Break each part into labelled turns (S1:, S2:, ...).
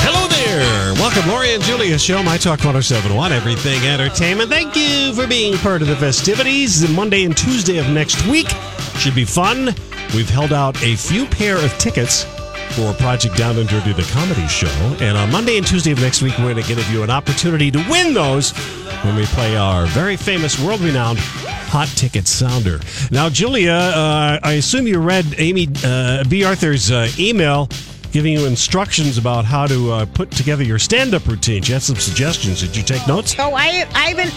S1: Hello there. Welcome, Lori and Julia Show, My Talk 1071, Everything Entertainment. Thank you for being part of the festivities. The Monday and Tuesday of next week should be fun. We've held out a few pair of tickets for Project Down and Dirty, the comedy show. And on Monday and Tuesday of next week, we're going to give you an opportunity to win those when we play our very famous, world renowned hot ticket sounder. Now, Julia, uh, I assume you read Amy uh, B. Arthur's uh, email giving you instructions about how to uh, put together your stand-up routine. She had some suggestions. Did you take notes?
S2: Oh, I, I even,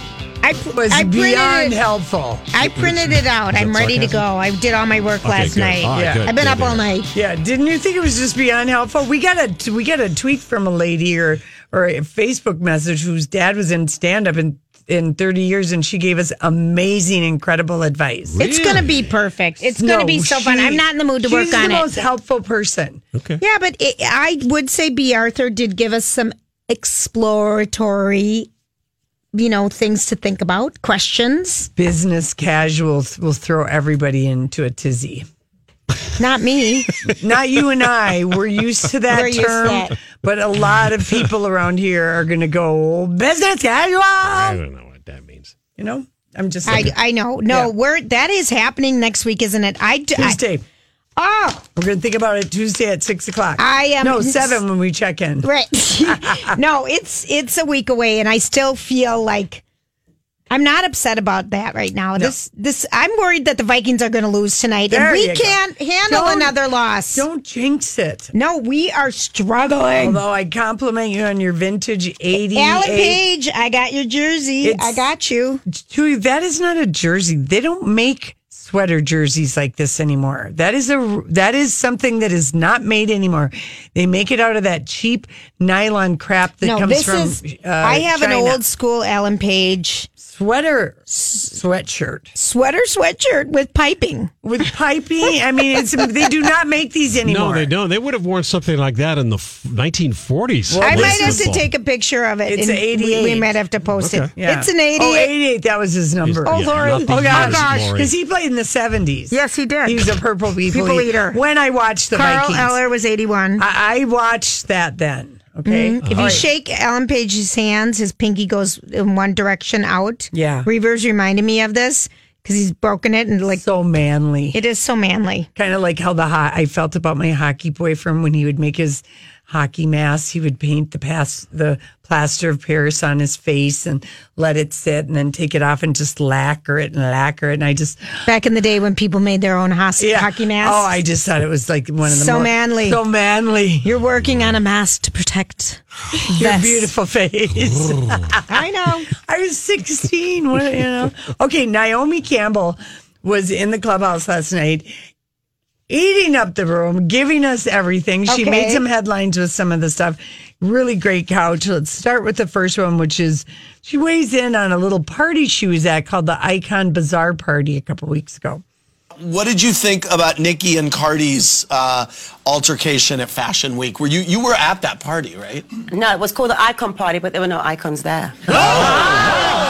S2: I, pr-
S3: was
S2: I printed
S3: beyond
S2: it,
S3: helpful.
S2: I printed it out.
S1: Is that
S2: I'm ready to
S1: sarcasm?
S2: go. I did all my work
S1: Okay,
S2: last
S1: good.
S2: night.
S1: All right, good,
S2: I've been
S1: good,
S2: up all
S1: good.
S2: night.
S3: Yeah, didn't you think it was just beyond helpful? We got a we got a tweet from a lady or or a Facebook message whose dad was in stand up in in 30 years and she gave us amazing incredible advice.
S2: It's gonna be perfect. It's gonna
S3: No,
S2: be so fun.
S3: she-
S2: I'm not in the mood to work
S3: she's
S2: on
S3: the most
S2: it.
S3: helpful person.
S1: Okay.
S2: Yeah, but it, I would say B. Arthur did give us some exploratory, you know, things to think about, questions.
S3: Business casuals will throw everybody into a tizzy.
S2: Not me.
S3: Not you and I. We're used to that
S2: We're used to
S3: term,
S2: that.
S3: but a lot of people around here are going to go business
S1: I
S3: casual.
S1: don't know what that means.
S3: You know, I'm just
S2: I,
S3: saying.
S2: I know. No,
S3: Yeah.
S2: we're that is happening next week, isn't it? I do. I,
S3: Tuesday.
S2: oh.
S3: We're going to think about it Tuesday at six o'clock.
S2: I am-
S3: no seven when we check in.
S2: Right. no, it's it's a week away and I still feel like I'm not upset about that right now. This this I'm worried that the Vikings are going to lose tonight
S3: There
S2: and we
S3: you go.
S2: can't handle
S3: Don't-
S2: another loss.
S3: Don't jinx it.
S2: No, we are struggling.
S3: Although I compliment you on your vintage eighty.
S2: Alan Page, I got your jersey.
S3: It's-
S2: I got you.
S3: that is not a jersey. They don't make sweater jerseys like this anymore. That is a that is something that is not made anymore. They make it out of that cheap nylon crap that
S2: no,
S3: comes
S2: this
S3: from.
S2: is
S3: uh,
S2: I have an
S3: China.
S2: old school Alan Page
S3: sweater sweatshirt
S2: sweater sweatshirt with piping.
S3: with piping. I mean, it's they do not make these anymore.
S1: No, they don't. They would have worn something like that in the f- 1940s.
S2: I
S1: Well,
S2: might have to
S1: football.
S2: take a picture of it.
S3: It's
S2: and
S3: an
S2: we- We,
S3: 88.
S2: might have to post it.
S3: Yeah.
S2: It's an
S3: Oh,
S2: 88.
S3: 88. That was his number.
S1: Oh, Yeah, Lori. not the
S3: Oh,
S1: years,
S3: gosh.
S1: Lori.
S3: Because he played in the 70s.
S2: Yes, he did.
S3: He was a purple people,
S2: People eater.
S3: When I watched the
S2: Carl
S3: Vikings.
S2: Eller was 81.
S3: I, I watched that then. Okay.
S2: Mm-hmm. If you shake Alan Page's hands, his pinky goes in one direction out.
S3: Yeah.
S2: Reavers reminded me of this because he's broken it and like
S3: so manly.
S2: it is so manly.
S3: kind of like how the ho- I felt about my hockey boyfriend when he would make his hockey mask. He would paint the pass the plaster of Paris on his face and let it sit, and then take it off and just lacquer it and lacquer it. And I just
S2: Back in the day when people made their own hos- hockey masks.
S3: Oh, I just thought it was like one of the
S2: So
S3: more-
S2: manly.
S3: so manly.
S2: You're working on a mask to protect
S3: Your
S2: this.
S3: beautiful face.
S2: I know.
S3: I was 16. What, you know? Okay, Naomi Campbell was in the clubhouse last night, eating up the room, giving us everything. She
S2: Okay.
S3: made some headlines with some of the stuff. Really great couch. Let's start with the first one, which is she weighs in on a little party she was at called the Icon Bazaar Party a couple weeks ago.
S4: What did you think about Nikki and Cardi's uh, altercation at Fashion Week? Were you you were at that party, right?
S5: No, it was called the icon party, but there were no icons there. and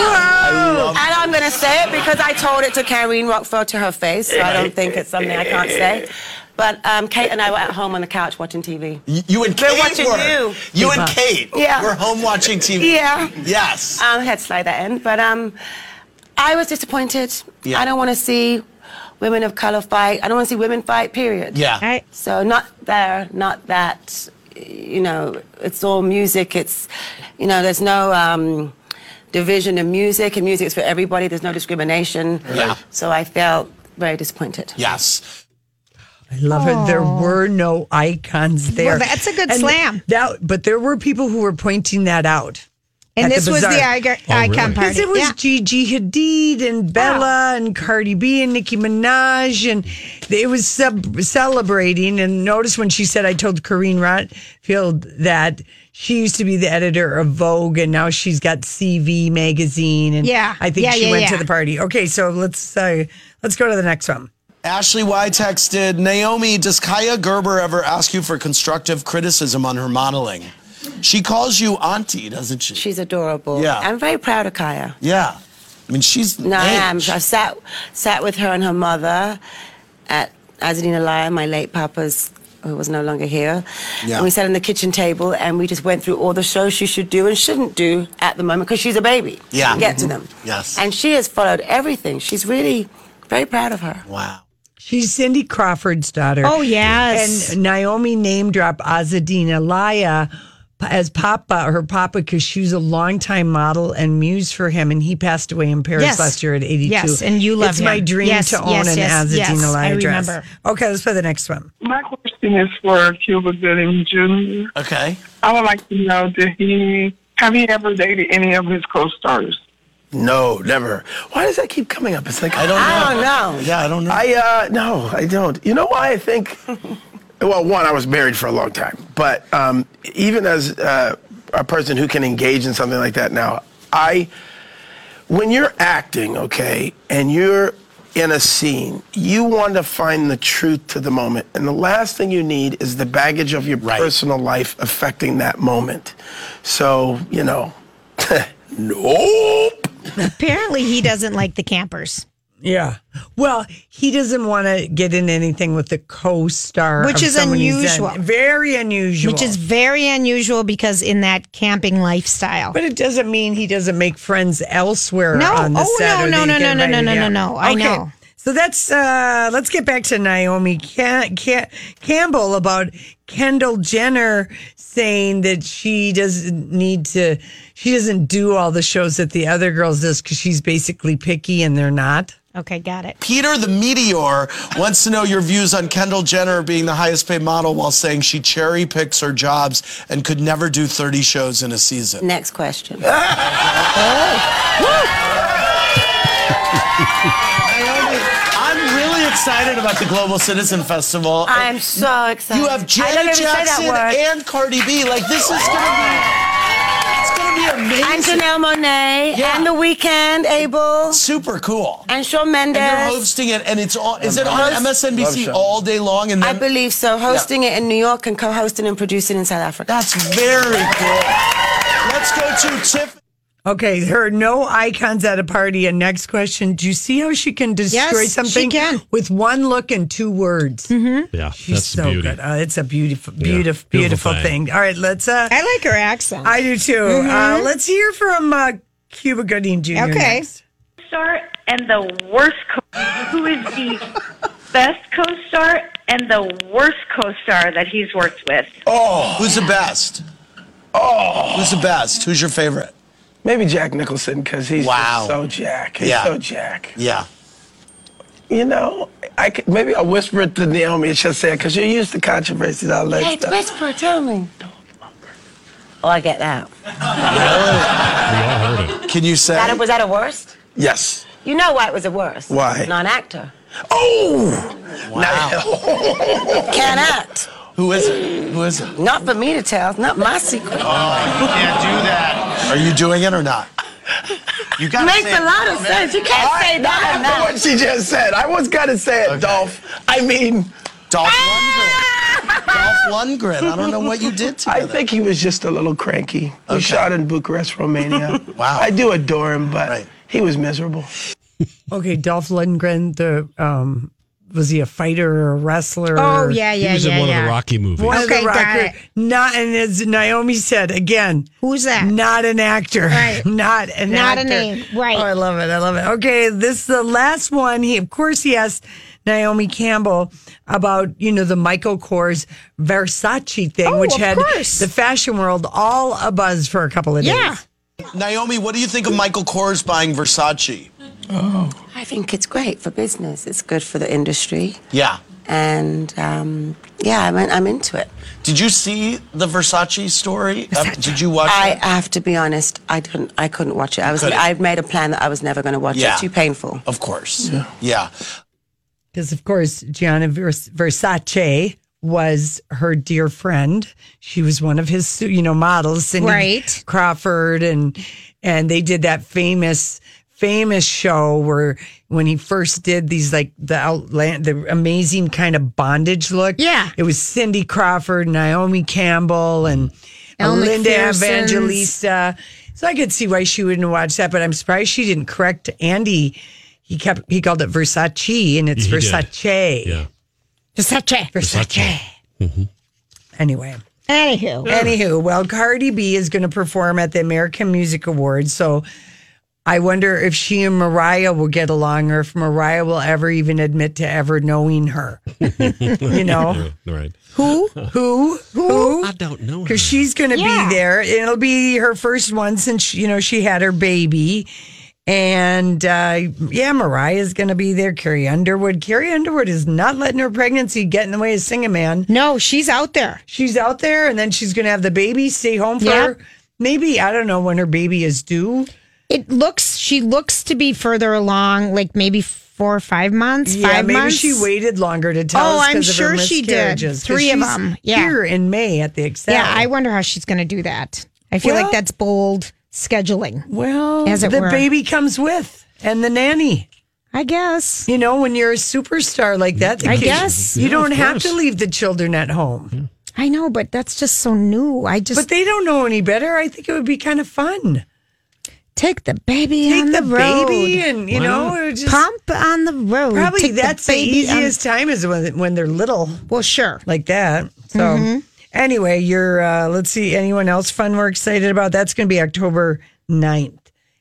S5: I'm going to say it because I told it to Kareen Rockford to her face, so I don't think it's something I can't say. But um, Kate and I were at home on the couch watching TV.
S4: You, you and
S5: They're
S4: Kate
S5: watching
S4: were.
S5: you.
S4: and Kate.
S5: Yeah.
S4: We're home watching TV.
S5: Yeah.
S4: Yes.
S5: Um, I had to slide that in, but um, I was disappointed.
S4: Yeah.
S5: I don't want to see women of color fight. I don't want to see women fight, period.
S4: Yeah.
S2: Right.
S5: So not there, not that. You know, it's all music. It's, you know, there's no um, division in music, and music's for everybody. There's no discrimination.
S4: Yeah.
S5: So I felt very disappointed.
S4: Yes.
S3: I love it. There were no icons there.
S2: that's a good slam.
S3: That, but there were people who were pointing that out. At
S2: And
S3: the
S2: this was the
S3: bazaar.
S2: icon,
S1: Oh, really?
S2: icon
S3: Because
S2: party.
S3: it was
S2: Yeah. Oh.
S3: Gigi Hadid and Bella and Cardi B and Nicki Minaj, and it was sub- celebrating. And notice when she said, "I told Corrine Rotfield that she used to be the editor of Vogue, and now she's got CV magazine." And
S2: Yeah.
S3: I think
S2: Yeah,
S3: she
S2: yeah,
S3: went
S2: yeah.
S3: to the party. Okay, so let's uh, let's go to the next one.
S4: Ashley Y texted Naomi, does Kaya Gerber ever ask you for constructive criticism on her modeling? She calls you auntie, doesn't she?
S5: She's adorable.
S4: Yeah.
S5: I'm very proud of Kaya.
S4: yeah. I mean, she's.
S5: No, I am.
S4: age.
S5: I've sat sat with her and her mother at Azadina Lyon, my late papa's, who was no longer here.
S4: Yeah.
S5: And we sat on the kitchen table and we just went through all the shows she should do and shouldn't do at the moment because she's a baby.
S4: Yeah.
S5: Get to
S4: Mhm.
S5: them.
S4: Yes.
S5: And she has followed everything. She's really very proud of her.
S4: Wow.
S3: She's Cindy Crawford's daughter.
S2: Oh, yes.
S3: And Naomi name drop Azadina Laya as Papa, her Papa, because she was a longtime model and muse for him, and he passed away in Paris
S2: Yes.
S3: last year at 82.
S2: Yes, and you love
S3: It's my
S2: him.
S3: dream
S2: Yes,
S3: to own
S2: yes,
S3: an
S2: yes,
S3: Azadina
S2: yes,
S3: Laya
S2: I
S3: dress.
S2: remember.
S3: Okay, let's play the next one.
S6: My question is for Cuba Gooding Jr.
S4: Okay.
S6: I would like to know did he have he ever dated any of his co-stars?
S7: No, never. Why does that keep coming up? It's like
S4: I don't know.
S5: I don't know.
S4: Yeah, I don't know.
S7: I uh, no, I don't. You know why I think? Well, one, I was married for a long time, but um, even as uh, a person who can engage in something like that now, I, when you're acting, okay, and you're in a scene, you want to find the truth to the moment, and the last thing you need is the baggage of your
S4: Right.
S7: personal life affecting that moment. So you know, nope.
S2: Apparently, he doesn't like the campers,
S3: Yeah. Well, he doesn't want to get in anything with the co-star,
S2: Which
S3: of
S2: is
S3: someone he's in.
S2: unusual.
S3: very unusual.
S2: which is very unusual because in that camping lifestyle.
S3: But it doesn't mean he doesn't make friends elsewhere
S2: No.
S3: on the
S2: Oh,
S3: set.
S2: no,
S3: or that
S2: no,
S3: he
S2: no,
S3: get
S2: no, no,
S3: invited.
S2: no, no, no, no. I
S3: Okay.
S2: know.
S3: So that's uh let's get back to Naomi Can- Can- Campbell about Kendall Jenner saying that she doesn't need to she doesn't do all the shows that the other girls does cuz she's basically picky and they're not.
S2: okay, got it.
S4: Peter the Meteor wants to know your views on Kendall Jenner being the highest paid model while saying she cherry picks her jobs and could never do 30 shows in a season.
S5: Next question.
S4: Naomi, I'm really excited about the Global Citizen Festival.
S5: I'm so excited.
S4: You have
S5: I don't
S4: Janet
S5: even say
S4: Jackson
S5: that word.
S4: and Cardi B. Like this is gonna be, it's gonna be
S5: And
S4: amazing.
S5: Janelle Monet
S4: Yeah.
S5: and The Weeknd, Abel,
S4: Super cool.
S5: and Shawn
S4: And
S5: Mendes.
S4: they're hosting it, and it's on. Is it on
S7: Love
S4: MSNBC
S7: show.
S4: all day long? And
S5: I
S4: then
S5: believe so. Hosting it in New York and co-hosting and producing in South Africa.
S4: that's very cool. Let's go to Tiff.
S3: Okay, there are no icons at a party. And next question: Do you see how she can destroy
S2: Yes, she
S3: something
S2: can. Mm-hmm.
S3: with one look and two words?
S1: Yeah,
S3: She's
S1: that's
S3: so
S1: the beauty.
S3: good. Uh, it's a beautiful, beautif- beautiful,
S1: beautiful
S3: thing. All right, let's. Uh,
S2: I like her accent. Mm-hmm.
S3: I do too. Uh, let's hear from uh, Cuba Gooding Jr.
S2: Okay.
S3: next.
S6: Star and the worst co- who is the best co-star and the worst co-star that he's worked with.
S4: Who's the best? Oh, who's the best? Who's your favorite?
S7: Maybe Jack Nicholson because he's
S4: Wow.
S7: just so Jack. He's
S4: Yeah.
S7: so Jack.
S4: Yeah.
S7: You know, I could, maybe I'll whisper it to Naomi and she'll say it because you're used to controversies. I'll let
S5: Hey,
S7: stuff.
S5: whisper, tell me. Oh, I get that.
S1: We all heard it.
S4: Can you say?
S5: That was that a worst?
S7: Yes.
S5: You know why it was a worst.
S7: Why?
S5: Non-actor.
S7: Oh! Now,
S5: Can't act.
S4: Who is it? Who is it?
S5: Not for me to tell. It's not my secret.
S4: Can't do that. Are you doing it or not? You got
S5: Makes a lot of sense. You can't
S7: I,
S5: say that and
S7: after
S5: that.
S7: what she just said, I was going to say it,
S4: Okay.
S7: Dolph. I mean,
S4: Dolph Lundgren. Dolph Lundgren. I don't know what you did to
S7: I
S4: him.
S7: think he was just a little cranky. We
S4: Okay.
S7: shot in Bucharest, Romania.
S4: Wow.
S7: I do adore him, but
S4: Right.
S7: he was miserable.
S3: Okay, Dolph Lundgren. The um, was he a fighter or a wrestler?
S2: oh
S3: or-
S2: yeah,
S1: He
S2: yeah,
S1: was
S2: yeah,
S1: in one
S2: yeah.
S1: of the Rocky movies.
S3: One of the
S2: Okay, got
S3: rocker-
S2: it.
S3: Not and as Naomi said again.
S2: Who's that?
S3: Not an actor.
S2: Right.
S3: Not an
S2: Not a
S3: actor.
S2: name. Right.
S3: Oh, I love it. I love it. Okay, this is the last one. He of course he asked Naomi Campbell about, you know, the Michael Kors Versace thing,
S2: Oh,
S3: which
S2: of
S3: had
S2: course.
S3: the fashion world all a buzz for a couple of days.
S4: Naomi, what do you think of Michael Kors buying Versace?
S5: Oh. I think it's great for business. It's good for the industry.
S4: Yeah.
S5: And um, yeah, I'm, I'm into it.
S4: Did you see the Versace story? Uh, did you watch
S5: I
S4: it?
S5: have to be honest. I didn't. I couldn't watch it. I was.
S4: Couldn't.
S5: I made a plan that I was never going to watch
S4: Yeah.
S5: it. Too painful.
S4: Of course. Yeah. yeah.
S3: Because, of course, Gianna Vers- Versace was her dear friend. She was one of his, you know, models, Cindy
S2: Right.
S3: Crawford, and and they did that famous famous show where when he first did these like the outland the amazing kind of bondage look.
S2: Yeah.
S3: it was Cindy Crawford, Naomi Campbell, and
S2: Elle
S3: Linda
S2: McPherson's.
S3: Evangelista. uh, So I could see why she wouldn't watch that, but I'm surprised she didn't correct Andy. He kept he called it Versace, and it's
S1: He did.
S3: Versace.
S1: Yeah.
S2: Versace.
S3: Versace. Anyway.
S2: Anywho,
S3: Anywho, well, Cardi B is going to perform at the American Music Awards, so I wonder if she and Mariah will get along, or if Mariah will ever even admit to ever knowing her. you know
S1: Right.
S3: who, who, who?
S1: I don't know.
S3: because she's going to
S2: Yeah.
S3: be there. It'll be her first one since you know she had her baby, and uh, yeah, Mariah's going to be there. Carrie Underwood. Carrie Underwood is not letting her pregnancy get in the way of singing man.
S2: no, she's out there.
S3: She's out there, and then she's going to have the baby, stay home for
S2: Yep.
S3: maybe I don't know when her baby is due.
S2: It looks. She looks to be further along, like maybe four or five months.
S3: yeah,
S2: five
S3: maybe
S2: months.
S3: she waited longer to tell.
S2: Oh,
S3: us
S2: I'm
S3: 'cause of her
S2: sure she did.
S3: miscarriages, 'cause
S2: Three of
S3: she's
S2: them. Yeah.
S3: here in May at the Excel.
S2: Yeah, I wonder how she's going to do that. I feel
S3: Well-
S2: like that's bold scheduling.
S3: well,
S2: As it
S3: the
S2: were.
S3: baby comes with and the nanny.
S2: I guess.
S3: You know, when you're a superstar like that, the
S2: I
S3: kids-
S2: guess.
S3: you
S1: Yeah,
S3: don't
S1: of
S3: have to
S1: course.
S3: leave the children at home.
S2: I know, but that's just so new. I just
S3: But they don't know any better. I think it would be kind of fun.
S2: take the baby
S3: Take
S2: on
S3: the,
S2: the, road.
S3: baby and you
S1: Why
S3: know,
S1: not?
S3: or just
S2: Pump on the road.
S3: probably
S2: Take
S3: that's the,
S2: baby on-
S3: easiest time is when when they're little
S2: Well, sure. Mm-hmm.
S3: like that. So anyway, you're uh, let's see anyone else fun we're excited about. That's going to be October 9th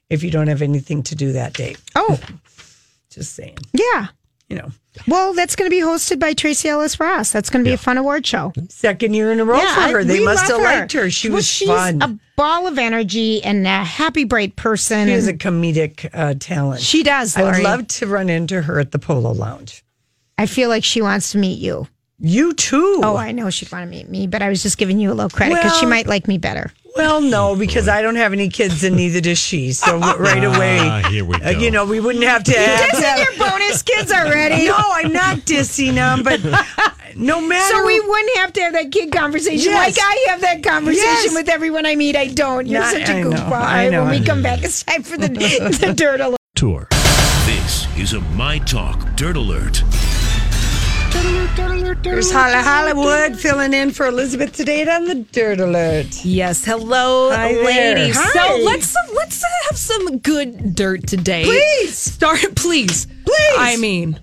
S3: if you don't have anything to do that day.
S2: Oh,
S3: Just saying,
S2: yeah.
S3: you know.
S2: Well, that's going to be hosted by Tracy Ellis Ross. That's going to be a fun award show.
S3: Second year in a row
S2: I-
S3: for her. They
S2: we
S3: must have
S2: love
S3: liked her. She
S2: Well,
S3: was
S2: she's
S3: fun.
S2: a ball of energy and a happy, bright person.
S3: She is a comedic uh, talent.
S2: She does,
S3: I would
S2: Lori.
S3: love to run into her at the Polo Lounge.
S2: I feel like she wants to meet you.
S3: You too.
S2: Oh, I know she'd want to meet me, but I was just giving you a little credit because she
S3: Well-
S2: might like me better.
S3: well, no, because I don't have any kids and neither does she. So w- right away,
S1: Ah, here we
S3: uh,
S1: go.
S3: you know, we wouldn't have to. have
S2: Dissing your bonus kids already.
S3: no, I'm not dissing them, but no matter.
S2: So we wouldn't have to have that kid conversation
S3: Yes.
S2: like I have that conversation
S3: Yes.
S2: with everyone I meet. I don't. You're
S3: Not-
S2: such a
S3: I know,
S2: goofball.
S3: I
S2: All right,
S3: know,
S2: when
S3: I
S2: we
S3: know.
S2: come back, it's time for the, the dirt alert.
S1: Tour.
S8: This is a My Talk Dirt Alert.
S3: Here's Holla Hollywood filling in for Elizabeth today on the Dirt Alert.
S9: Yes, hello,
S3: Hi there.
S9: ladies.
S3: Hi.
S9: So let's let's have some good dirt today.
S3: Please.
S9: start, please,
S3: Please.
S9: I mean,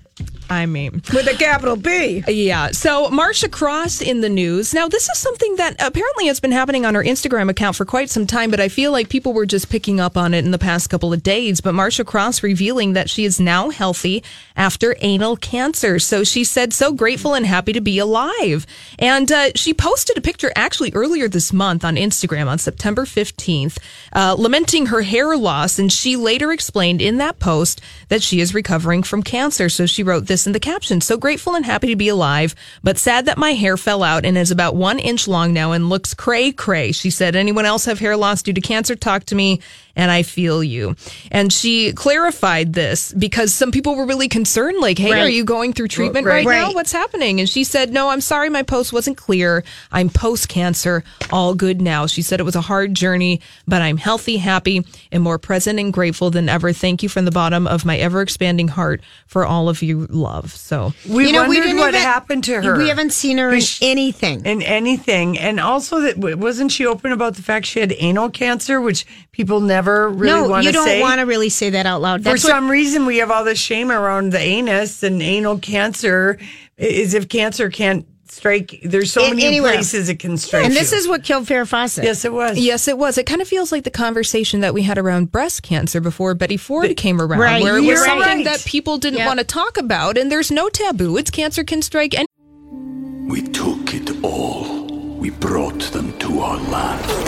S9: I mean,
S3: With a capital B.
S9: yeah. So Marsha Cross in the news. Now, this is something that apparently has been happening on her Instagram account for quite some time, but I feel like people were just picking up on it in the past couple of days. But Marsha Cross revealing that she is now healthy after anal cancer. So she said, so grateful and happy to be alive. And uh, she posted a picture actually earlier this month on Instagram on September 15th, uh, lamenting her hair loss. And she later explained in that post that she is recovering from cancer. So she wrote this in the caption So grateful and happy to be alive, but sad that my hair fell out and is about one inch long now and looks cray cray. She said, Anyone else have hair loss due to cancer? Talk to me and I feel you. And she clarified this because some people were really concerned like, Hey, are
S2: Right.
S9: you going through treatment
S3: Right.
S9: right, now?
S2: Right.
S9: What's happening? And she said, No, I'm sorry, my post wasn't clear. I'm post cancer, all good now. She said it was a hard journey, but I'm healthy, happy, and more present and grateful than ever. Thank you from the bottom of my ever expanding heart for all of you love. So
S3: We
S2: You know, we
S3: wondered
S2: didn't
S3: what
S2: even-
S3: happened to her.
S2: We haven't seen her in anything.
S3: in anything. And also that w- wasn't she open about the fact she had anal cancer, which people never really
S2: no,
S3: want
S2: you
S3: to
S2: don't
S3: say.
S2: want to really say that out loud.
S3: For
S2: That's what-
S3: some reason, we have all this shame around the anus and anal cancer is if cancer can't strike. There's so
S2: A-
S3: many
S2: anywhere.
S3: places it can strike.
S2: And this
S3: you.
S2: is what killed Farrah Fawcett.
S3: Yes, it was.
S9: Yes, it was. It kind of feels like the conversation that we had around breast cancer before Betty Ford came around,
S2: Right,
S9: where it
S2: you're
S9: was
S2: right.
S9: something that people didn't
S2: Yep.
S9: want to talk about, and there's no taboo. It's cancer can strike any.
S10: We took it all. We brought them to our land.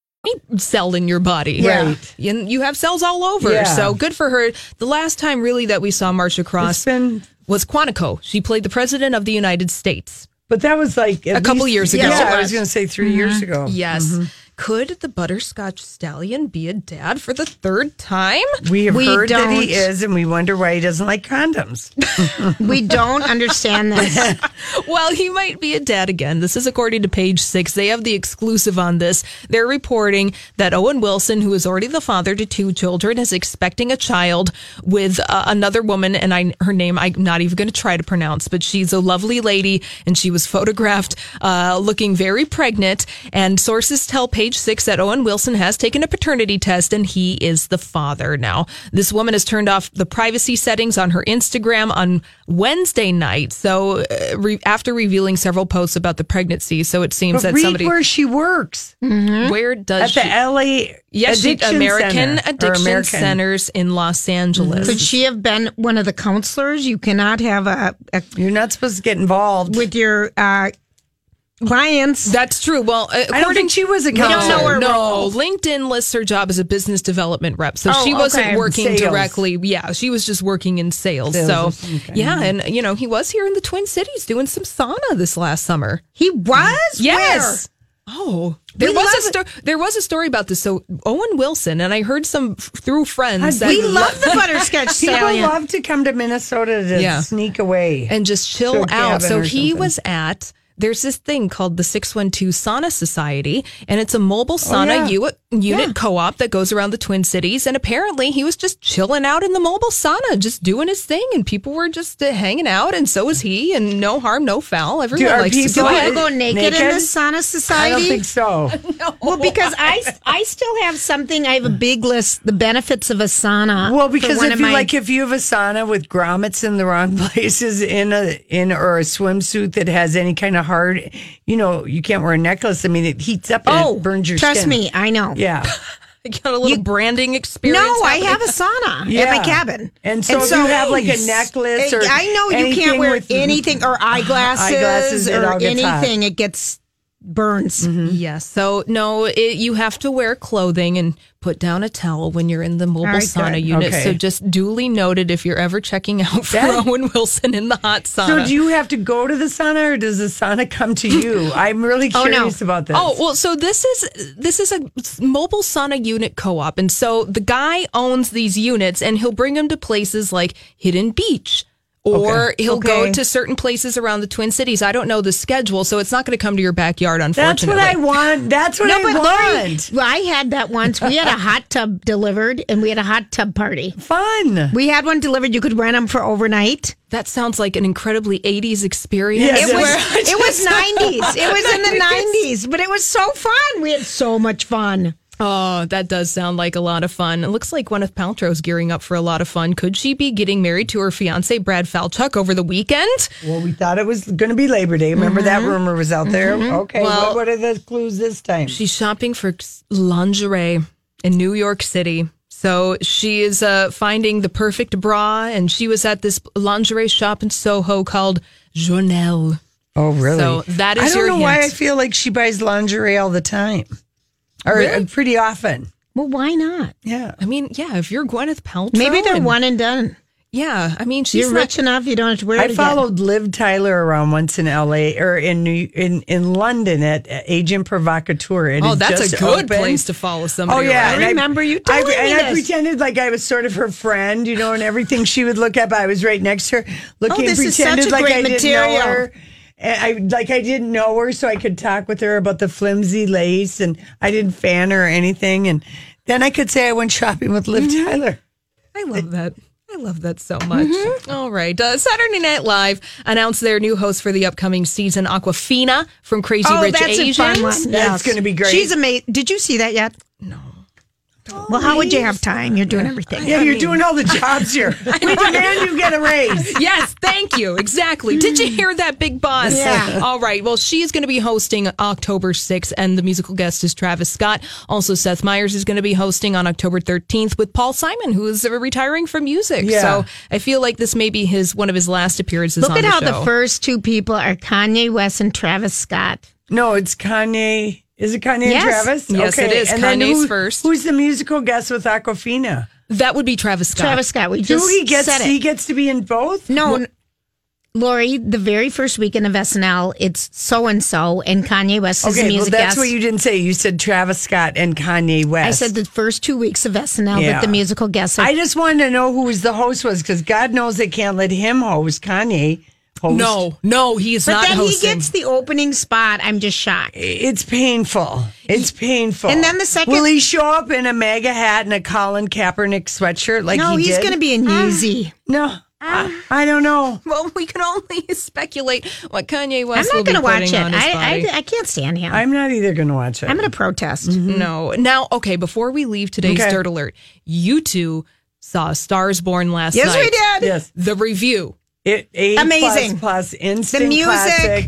S9: cell in your body.
S11: Yeah.
S9: And you have cells all over.
S11: Yeah.
S9: So good for her. The last time really that we saw Marsha Cross was Quantico. She played the president of the United States.
S3: But that was like
S9: a
S3: at
S9: couple
S3: least-
S9: years ago. Mm-hmm.
S3: Yeah, I was going to say 3 years ago.
S9: Yes.
S3: Mhm.
S9: Could the butterscotch stallion be a dad for the third time?
S3: We have heard that
S9: don't.
S3: he is, and we wonder why he doesn't like condoms.
S2: we don't understand this.
S9: well, he might be a dad again. This is according to page six. They have the exclusive on this. They're reporting that Owen Wilson, who is already the father to two children, is expecting a child with uh, another woman. And I, her name, I'm not even going to try to pronounce, but she's a lovely lady and she was photographed uh, looking very pregnant. And sources tell page six that Owen Wilson has taken a paternity test and he is the father now. This woman has turned off the privacy settings on her Instagram on Wednesday night. So uh, re- after revealing several posts about the pregnancy, so it seems
S3: But
S9: that
S3: read
S9: somebody
S3: where she works.
S2: Mm-hmm.
S9: Where does
S3: At the
S9: she-
S3: LA
S9: yes she-
S3: Addiction
S9: American
S3: Center, or
S9: Addiction
S3: American.
S9: Centers in Los Angeles.
S2: Could she have been one of the counselors? You cannot have a. a
S3: You're not supposed to get involved
S2: with your uh, clients.
S9: That's true. Well, according,
S3: I don't think she was a
S9: We don't know
S3: counselor.
S9: her No, LinkedIn lists her job as a business development rep, so
S3: Oh,
S9: she wasn't
S3: okay.
S9: working
S3: Sales.
S9: directly. Yeah, she was just working in sales.
S3: Sales,
S9: so, yeah, and you know, he was here in the Twin Cities doing some sauna this last summer.
S2: He was.
S9: Yes. Oh, there
S2: We
S9: was a
S2: love-
S9: story. There was a story about this. So Owen Wilson and I heard some f- through friends. that-
S3: People love to come to Minnesota to
S9: Yeah.
S3: sneak away
S9: and just
S3: to
S9: chill
S3: a
S9: out.
S3: cabin
S9: So
S3: or
S9: he
S3: something.
S9: was at. There's this thing called the 612 Sauna Society, and it's a mobile sauna
S3: Oh, yeah.
S9: u- unit
S3: Yeah.
S9: co-op that goes around the Twin Cities. And apparently, he was just chilling out in the mobile sauna, just doing his thing, and people were just uh, hanging out, and so was he. And no harm, no foul. Everyone
S3: are
S9: likes to
S3: people-
S9: do
S3: Do
S9: it.
S3: people go
S2: naked, in
S3: Naked?
S2: the sauna
S3: I
S2: society?
S3: don't think so.
S2: Well, because I I still have something. I have a big list. The benefits of a sauna.
S3: Well,
S2: for
S3: because
S2: one
S3: if
S2: of
S3: you
S2: my-
S3: like, if you have a sauna with grommets in the wrong places in a in or a swimsuit that has any kind of hard, you know, you can't wear a necklace. I mean, it heats up and
S2: Oh,
S3: it burns your
S2: trust
S3: skin.
S2: me, I know.
S3: Yeah,
S9: I got a little branding experience.
S2: No, I
S9: happening.
S2: have a sauna
S3: yeah.
S2: at my cabin.
S3: And so, if you have like a necklace, or
S2: I know you
S3: anything
S2: can't wear
S3: with-
S2: anything or eyeglasses,
S3: Eyeglasses, it
S2: or
S3: all gets hot. Mm-hmm.
S2: anything. It gets burns.
S9: Yes. So no, it, you have to wear clothing and put down a towel when you're in the mobile
S3: All right,
S9: sauna
S3: good.
S9: unit.
S3: Okay.
S9: So just duly noted if you're ever checking out for
S3: That-
S9: Owen Wilson in the hot
S3: So
S9: sauna.
S3: do you have to go to the sauna, or does the sauna come to you? I'm really
S9: Oh, no.
S3: curious about this.
S9: Oh well, so this is this is a mobile sauna unit co-op, and so the guy owns these units, and he'll bring them to places like Hidden Beach. Or
S3: Okay.
S9: he'll
S3: Okay.
S9: go to certain places around the Twin Cities. I don't know the schedule, so it's not going to come to your backyard,
S3: that's
S9: unfortunately.
S3: what I want. That's what I
S2: Lori,
S3: want.
S2: well, I had that once. We had a hot tub delivered, and we had a hot tub party.
S3: Fun.
S2: We had one delivered. You could rent them for overnight.
S9: That sounds like an incredibly 80s experience.
S3: Yes,
S2: It was
S9: where I
S2: it was
S9: just-
S2: nineties. It was in the nineties, but it was so fun. We had so much fun.
S9: Oh, that does sound like a lot of fun. It looks like Gwyneth Paltrow's gearing up for a lot of fun. Could she be getting married to her fiance Brad Falchuk over the weekend?
S3: Well, we thought it was going to be Labor Day. Remember that rumor was out there. Okay,
S9: Mm-hmm. Well-
S3: well, what, what are the clues this time?
S9: She's shopping for lingerie in New York City. So she is uh, finding the perfect bra, and she was at this lingerie shop in Soho called Journelle.
S3: Oh, really?
S9: So that is
S3: I don't
S9: your
S3: know why I
S9: hint.
S3: feel like she buys lingerie all the time. or
S9: uh,
S3: pretty often.
S2: Well, why not?
S3: Yeah.
S9: I mean, yeah, if you're Gwyneth Paltrow.
S2: Maybe they're
S9: and-
S2: one and done.
S9: Yeah, I mean, she's
S2: You're
S9: not-
S2: rich enough, you don't have to wear it
S3: I
S2: again.
S3: followed Liv Tyler around once in L.A. or in New, in in London at uh, Agent Provocateur. It
S9: Oh,
S3: had
S9: that's a
S3: just
S9: good
S3: opened.
S9: place to follow somebody.
S3: Oh yeah,
S9: around.
S3: and I, and I
S9: this.
S3: pretended like I was sort of her friend, you know, and everything she would look up, I was right next to her, looking,
S2: this is such
S3: pretended
S2: a
S3: like
S2: great
S3: I didn't
S2: material.
S3: know her. And I like I didn't know her, so I could talk with her about the flimsy lace, and I didn't fan her or anything. And then I could say I went shopping with Liv Tyler. Mm-hmm.
S9: Mm-hmm. I love that. I love that so much.
S2: Mm-hmm.
S9: All right. Uh, Saturday Night Live announced their new host for the upcoming season, Aquafina from Crazy
S2: oh,
S9: Rich
S2: that's
S9: Asians.
S2: a fun one. Yes. She's amazing. Did you see that yet? No. Well, how would you have time? You're doing everything.
S3: Yeah, you're doing all the jobs here. We demand you get a raise.
S9: yes, thank you. Exactly. Did you hear that, Big Boss?
S3: Yeah.
S9: All right. Well, she's going to be hosting October 6th, and the musical guest is Travis Scott. Also, Seth Meyers is going to be hosting on October 13th with Paul Simon, who is uh, retiring from music.
S2: Yeah.
S9: So I feel like this may be his one of his last appearances.
S2: Look
S9: on
S2: at
S9: the
S2: how
S9: show.
S2: the first two people are Kanye West and Travis Scott.
S3: No, it's Kanye. Is it Kanye and
S2: Yes.
S3: Travis?
S9: Yes, it is.
S3: then
S9: Kanye's
S3: who-
S9: first.
S3: Who's the musical guest with Aquafina?
S9: That would be Travis Scott.
S2: Travis Scott. We
S3: Do
S2: just
S3: he gets-
S2: said it.
S3: he gets to be in both.
S2: No, n- Lori. The very first weekend of SNL, it's so and so, and Kanye West is the
S3: Okay, well,
S2: music
S3: that's
S2: guest.
S3: what you didn't say. You said Travis Scott and Kanye West.
S2: I said the first two weeks of SNL
S3: Yeah.
S2: that the musical guests. Are,
S3: I just wanted to know who was the host was because God knows they can't let him host Kanye. Host.
S9: No, no, he is
S2: but
S9: not
S2: then
S9: hosting.
S2: he gets the opening spot. I'm just shocked.
S3: It's painful. It's painful.
S2: And then the second-
S3: will he show up in a mega hat and a Colin Kaepernick sweatshirt like
S2: no,
S3: he
S2: he's
S3: did?
S2: going to be in Yeezy.
S3: no. I, I don't know.
S9: Ah, well, we can only speculate what Kanye
S2: I'm
S9: West
S2: not
S9: will be
S2: going to watch
S9: putting
S2: it.
S9: on his
S2: I,
S9: body.
S2: I I can't stand him.
S3: I'm not either going to watch it.
S2: I'm going to protest.
S9: No. Now, okay, before we leave today's
S3: Mm-hmm. Okay.
S9: Dirt Alert, you two saw Stars Born last
S2: Yes,
S9: night.
S2: we did.
S3: Yes.
S9: The review.
S3: It a
S2: Amazing.
S3: plus plus instant
S2: The music,
S3: classic.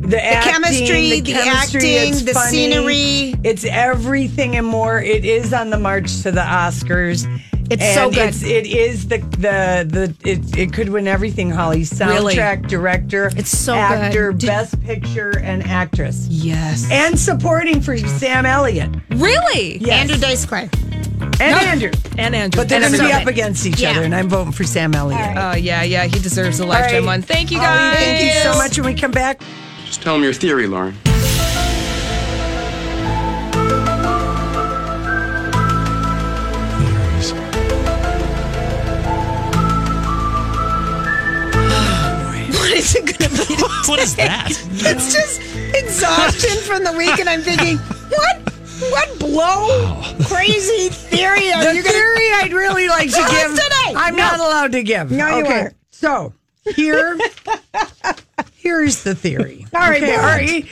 S3: The, acting,
S2: chemistry, the acting,
S3: it's
S2: the scenery.
S3: It's everything and more. It is on the march to the Oscars.
S2: It's
S3: And
S2: so good.
S3: It's, it is the the the it, it could win everything. Holly
S9: Really?
S3: soundtrack director. It's
S2: so good.
S3: actor, best picture, and actress,
S9: Yes.
S3: and supporting for Sam Elliott
S9: Really?
S3: Yes.
S2: Andrew Dice Clay.
S3: and Andrew.
S9: And Andrew.
S3: But they're
S9: And
S3: going to be
S9: everybody.
S3: up against each
S2: Yeah.
S3: other, and I'm voting for Sam Elliott.
S9: Oh, yeah, yeah. He deserves a lifetime
S3: right.
S9: one. Thank you,
S3: Holly,
S9: guys.
S3: thank you so much. When we come back,
S12: Just tell him your theory, Lauren.
S2: What is it going to be?
S1: What is that?
S2: It's just exhaustion from the week, and I'm thinking, what, what blow, crazy theory are
S3: the
S2: you going
S3: theory I'd really like to
S2: Tell us
S3: give.
S2: today.
S3: I'm
S2: No.
S3: not allowed to give.
S2: No, you
S3: okay.
S2: aren't.
S3: So here, here's the theory.
S2: All right,
S3: okay,
S2: Lauren.
S3: all right.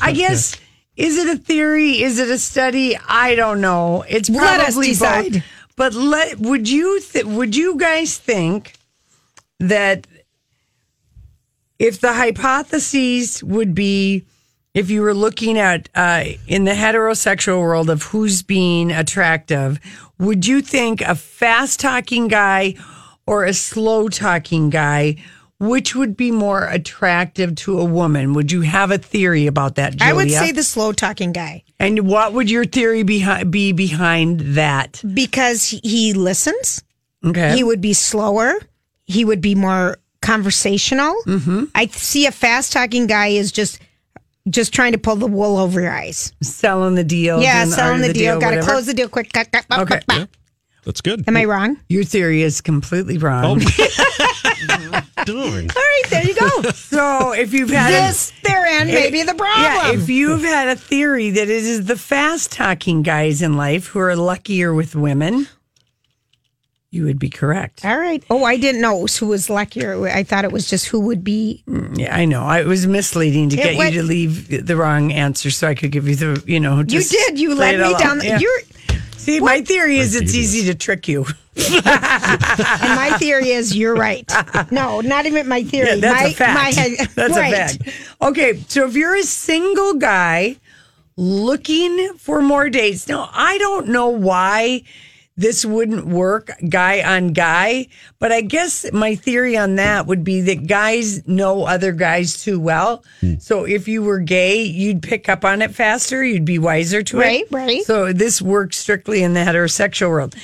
S3: I guess is it a theory? Is it a study? I don't know. It's probably
S2: Let us
S3: both.
S2: decide.
S3: But let would you th- would you guys think that if the hypotheses would be if you were looking at uh, in the heterosexual world of who's being attractive, would you think a fast talking guy or a slow talking guy, which would be more attractive to a woman? Would you have a theory about that, Julia?
S2: I would say the slow talking guy
S3: And what would your theory behind be behind that?
S2: because he- he listens.
S3: Okay.
S2: He would be slower. He would be more conversational. Mm-hmm. I see a fast talking guy is just just trying to pull the wool over your eyes.
S3: selling the deal.
S2: yeah,
S3: doing the art
S2: selling
S3: of
S2: the, deal. Got to
S3: whatever.
S2: close the deal quick. Cut, cut, bop,
S3: Okay.
S2: bop, bop.
S1: That's good.
S2: Am I wrong?
S3: Your theory is completely
S1: Oh,
S3: wrong.
S1: darn.
S2: All right, there you go.
S3: So if you've had a-
S2: this therein may be the problem.
S3: Yeah, if you've had a theory that it is the fast talking guys in life who are luckier with women, you would be correct.
S2: All right. Oh, I didn't know it was who was luckier. I thought it was just who would be.
S3: Yeah, I know. I, it was misleading to
S2: It
S3: get
S2: went-
S3: you to leave the wrong answer so I could give you the, you know,
S2: You
S3: just
S2: did. You
S3: play
S2: led
S3: it
S2: me
S3: along.
S2: down. The,
S3: Yeah.
S2: You're.
S3: See, my theory is it's easy to trick you.
S2: And my theory is you're right. No, not even my theory.
S3: Yeah, that's
S2: my,
S3: a fact.
S2: My,
S3: that's
S2: right.
S3: a fact. Okay, so if you're a single guy looking for more dates, now I don't know why this wouldn't work guy on guy. But I guess my theory on that would be that guys know other guys too well. So if you were gay, you'd pick up on it faster. You'd be wiser to
S2: Right,
S3: it.
S2: right.
S3: So this works strictly in the heterosexual world.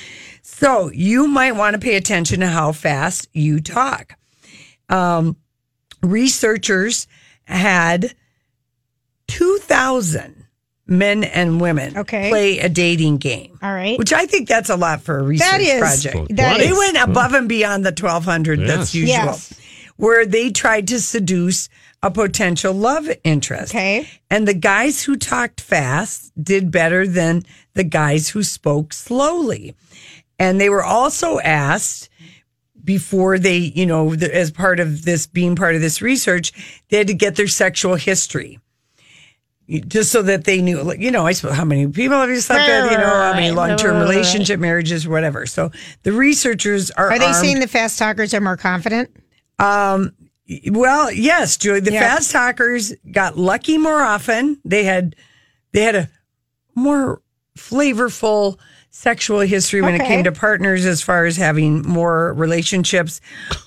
S3: So you might want to pay attention to how fast you talk. Um, researchers had 2,000 men and women
S2: Okay.
S3: play a dating game.
S2: All right.
S3: Which I think that's a lot for a research
S2: That is-
S3: project.
S2: that
S3: they
S2: is.
S3: went above and beyond the 1,200 that's
S2: Yes.
S3: usual,
S2: Yes.
S3: where they tried to seduce a potential love interest. Okay. And the guys who talked fast did better than the guys who spoke slowly. And they were also asked before they, you know, the, as part of this being part of this research, they had to get their sexual history. You- Just so that they knew, like, you know, I suppose how many people have you slept
S2: Right,
S3: with, you know, how many
S2: right,
S3: long term
S2: right, right.
S3: relationship marriages, whatever. So the researchers are
S2: Are they
S3: armed-
S2: saying the fast talkers are more confident?
S3: Um, well, yes, Julie. The
S2: Yeah.
S3: fast talkers got lucky more often. They had they had a more flavorful sexual history when it
S2: Okay.
S3: came to partners, as far as having more relationships.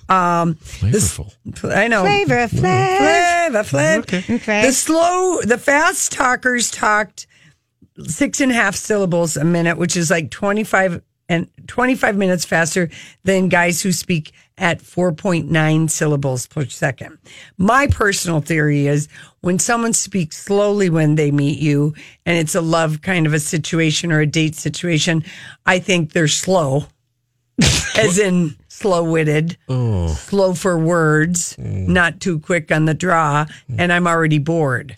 S3: Um, flavorful. I know.
S2: Flavor,
S3: flavor,
S2: flav.
S3: flavor.
S2: Okay. Okay.
S3: The slow, the fast talkers talked six and a half syllables a minute, which is like 25 and 25 minutes faster than guys who speak at 4.9 syllables per second. My personal theory is when someone speaks slowly when they meet you and it's a love kind of a situation or a date situation, I think they're slow, as in slow witted,
S4: Oh.
S3: slow for words, not too quick on the draw, and I'm already bored.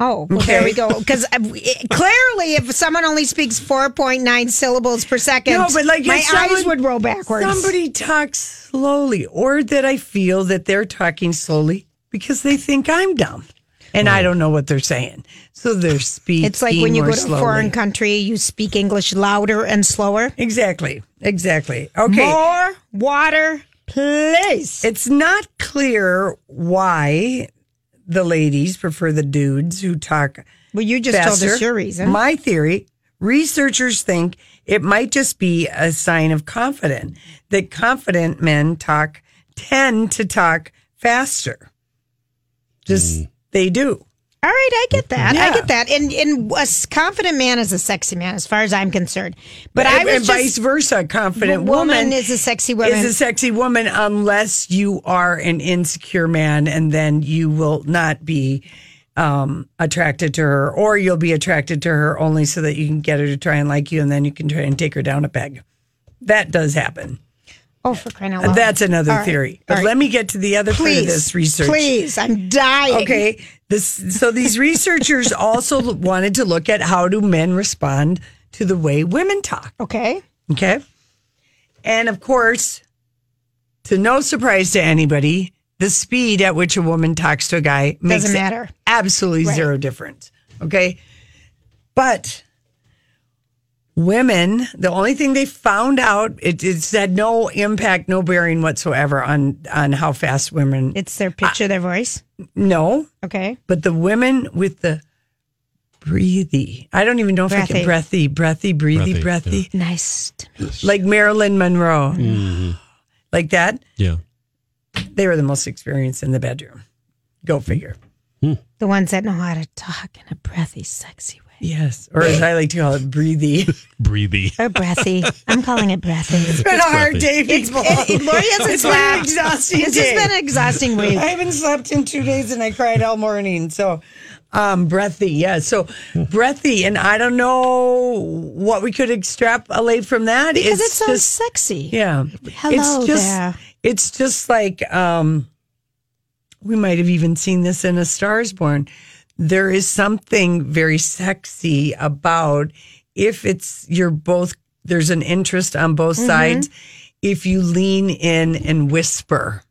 S2: Oh, well, there we go. Because clearly, if someone only speaks 4.9 syllables per second,
S3: No, but like
S2: my
S3: if someone-
S2: eyes would roll backwards.
S3: Somebody talks slowly, or that I feel that they're talking slowly because they think I'm dumb and I don't know what they're saying. So they're speaking.
S2: It's like when you
S3: more
S2: go to
S3: slowly.
S2: a foreign country, you speak English louder and slower.
S3: Exactly. Exactly. Okay.
S2: More water, please.
S3: It's not clear why the ladies prefer the dudes who talk.
S2: Well, you just told us your reason.
S3: My theory researchers think it might just be a sign of confident that confident men talk, tend to talk faster. Just they do.
S2: All right, I get that.
S3: Yeah.
S2: I get that. And and a s- confident man is a sexy man, as far as I'm concerned. But I
S3: and,
S2: was
S3: and
S2: just-
S3: vice versa. A confident
S2: Woman
S3: woman,
S2: is a sexy woman.
S3: Is a sexy woman unless you are an insecure man, and then you will not be um, attracted to her, or you'll be attracted to her only so that you can get her to try and like you, and then you can try and take her down a peg. That does happen.
S2: Oh, for crying out loud!
S3: That's another
S2: All right,
S3: theory.
S2: all
S3: But
S2: right.
S3: let me get to the other part of this research.
S2: Please, I'm dying.
S3: Okay. This, so these researchers also wanted to look at how do men respond to the way women talk.
S2: Okay.
S3: Okay. And of course, to no surprise to anybody, the speed at which a woman talks to a guy makes
S2: Doesn't
S3: it
S2: matter.
S3: absolutely
S2: Right.
S3: zero difference. Okay. But women, the only thing they found out, it, it said no impact, no bearing whatsoever on on how fast women.
S2: It's their pitch of their voice.
S3: No,
S2: Okay.
S3: but the women with the breathy, I don't even know if I can breathy, breathy,
S2: Breathy.
S3: breathy, breathy,
S2: Breathy, Nice.
S3: like Marilyn Monroe, like that.
S1: Mm. Yeah.
S3: They were the most experienced in the bedroom. Go figure.
S2: The ones that know how to talk in a breathy, sexy way.
S3: Yes, or as I like to call it, breathy.
S1: breathy.
S2: Or breathy. I'm calling it breathy. It's
S3: been a hard
S1: breathy.
S3: day,
S2: It's,
S3: people.
S2: it, it, Lori hasn't
S3: It's been an
S2: slept.
S3: exhausting
S2: This
S3: day.
S2: has been an exhausting week.
S3: I haven't slept in two days and I cried all morning. So, um, breathy, yeah. So, breathy, and I don't know what we could extrapolate from that.
S2: Because it's so
S3: just-
S2: sexy.
S3: Yeah.
S2: Hello
S3: it's just,
S2: there.
S3: It's just like um, we might have even seen this in A Star's Born. There is something very sexy about if it's you're both there's an interest on both
S2: Mm-hmm.
S3: sides. If you lean in and whisper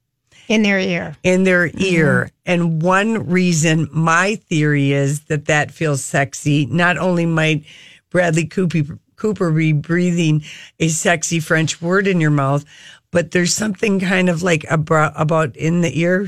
S2: In their ear.
S3: in their
S2: Mm-hmm.
S3: ear. And one reason my theory is that that feels sexy. Not only might Bradley Cooper, Cooper be breathing a sexy French word in your mouth, but there's something kind of like abra- about in the ear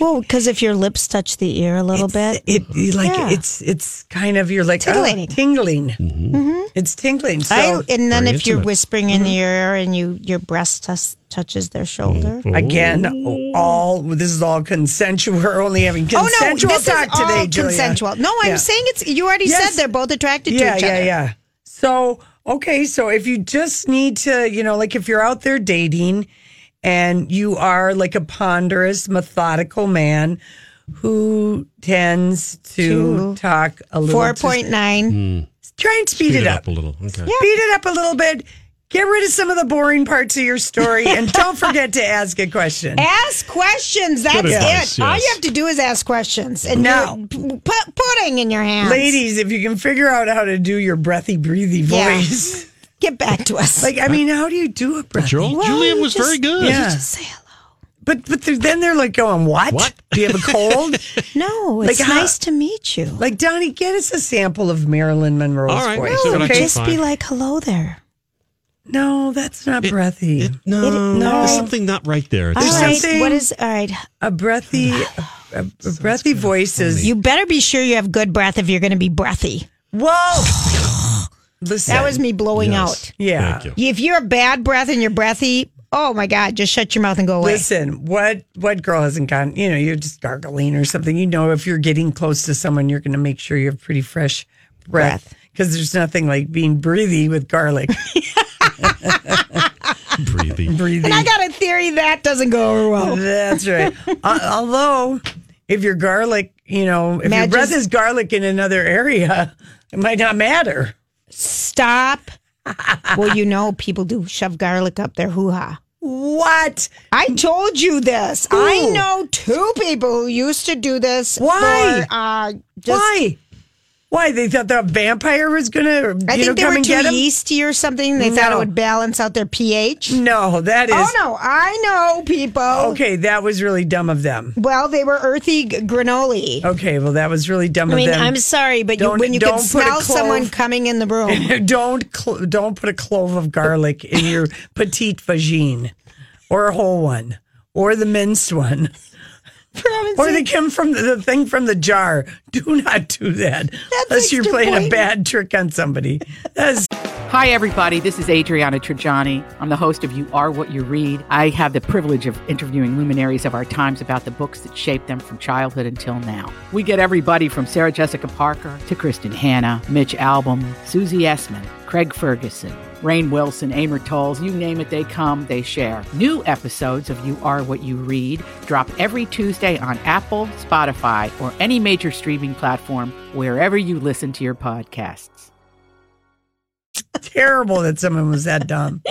S2: Well, because if your lips touch the ear a little bit,
S3: it you like it's it's kind of you're like tingling,
S2: Tingling. Mm-hmm.
S3: tingling. It's tingling. So
S2: I, and then if you're whispering
S3: Mm-hmm.
S2: in the ear and you your breast tus- touches their shoulder
S3: again, all this is all consensual. We're only having consensual
S2: oh no, this
S3: talk
S2: is all
S3: today, Julia.
S2: consensual. No, I'm
S3: Yeah.
S2: saying it's. You already
S3: Yes.
S2: said they're both attracted
S3: yeah,
S2: to each
S3: yeah,
S2: other.
S3: yeah. So okay, so if you just need to, you know, like if you're out there dating and you are like a ponderous, methodical man who tends to
S2: To-
S3: talk a little Mm.
S2: Four point nine.
S1: Hmm.
S3: Try and speed, it up.
S1: a little. Okay.
S3: Speed it up a little bit. Get rid of some of the boring parts of your story and don't forget to ask a question.
S2: Ask questions. That's
S3: advice,
S2: it. All you
S3: yes.
S2: have to do is ask questions. And
S3: Now-
S2: now, put pudding in your hands,
S3: Ladies, if you can figure out how to do your breathy, breathy
S2: Yeah.
S3: voice.
S2: Get back to us.
S3: Like, I mean, how do you do a breathy?
S1: Ju- Well, Julia was just- very good. you just
S2: say
S3: hello. But but they're- then they're like going, what?
S1: What?
S3: Do you have a cold? Like,
S2: no, Oh, it's
S3: how-
S2: nice to meet you.
S3: like Donnie, get us a sample of Marilyn Monroe's
S1: All right,
S3: voice.
S1: we'll see what I can
S2: Just be
S1: Fine.
S2: like, hello there.
S3: No, that's not breathy.
S1: No,
S3: no.
S1: there's something not right there.
S2: All
S1: There's
S2: right,
S1: something-
S2: what is all right?
S3: A breathy, a, a breathy voice is
S2: You better be sure you have good breath if you're going to be breathy.
S3: Whoa! Listen,
S2: That was me blowing
S1: Yes.
S2: out.
S3: yeah.
S1: Thank you.
S2: If you're a bad breath and you're breathy, oh my God, just shut your mouth and go away.
S3: Listen, what what girl hasn't gone? You know, you're just gargling or something. You know, if you're getting close to someone, you're going to make sure you have pretty fresh breath because there's nothing like being breathy with garlic.
S1: breathy.
S3: breathy.
S2: And I got a theory that doesn't go over well.
S3: That's right. Al- although, if your garlic, you know, if your
S2: Madge's-
S3: breath is garlic in another area, it might not matter.
S2: Stop. well, you know, people do shove garlic up their hoo ha.
S3: What?
S2: I told you this. I
S3: Who?
S2: know two people who used to do this.
S3: Why?
S2: For, uh, just,
S3: Why? Why they thought the vampire was going to?
S2: I
S3: you
S2: think
S3: know,
S2: they
S3: come
S2: were
S3: and get
S2: too
S3: 'em?
S2: yeasty or something. They thought
S3: No.
S2: it would balance out their pH.
S3: No, that is
S2: Oh no, I know people.
S3: okay. That was really dumb of them.
S2: Well, they were earthy g- granoli.
S3: Okay, well, that was really dumb
S2: I mean,
S3: of them.
S2: I'm sorry, but you,
S3: Don't-
S2: when you
S3: don't
S2: can
S3: put a
S2: smell
S3: clove-
S2: someone coming in the room,
S3: don't cl- don't put a clove of garlic in your petite vagine, or a whole one, or the minced one, or they come from the, the thing from the jar. Do not do that unless you're playing a
S2: extrapolating.
S3: bad trick on somebody. That's
S13: Hi, everybody. This is Adriana Trajani. I'm the host of You Are What You Read. I have the privilege of interviewing luminaries of our times about the books that shaped them from childhood until now. We get everybody from Sarah Jessica Parker to Kristen Hanna, Mitch Albom, Susie Essman, Craig Ferguson, Rain Wilson, Amor Tolls, you name it, they come, they share. New episodes of You Are What You Read drop every Tuesday on Apple, Spotify, or any major streaming platform wherever you listen to your podcasts.
S3: terrible that someone was that dumb.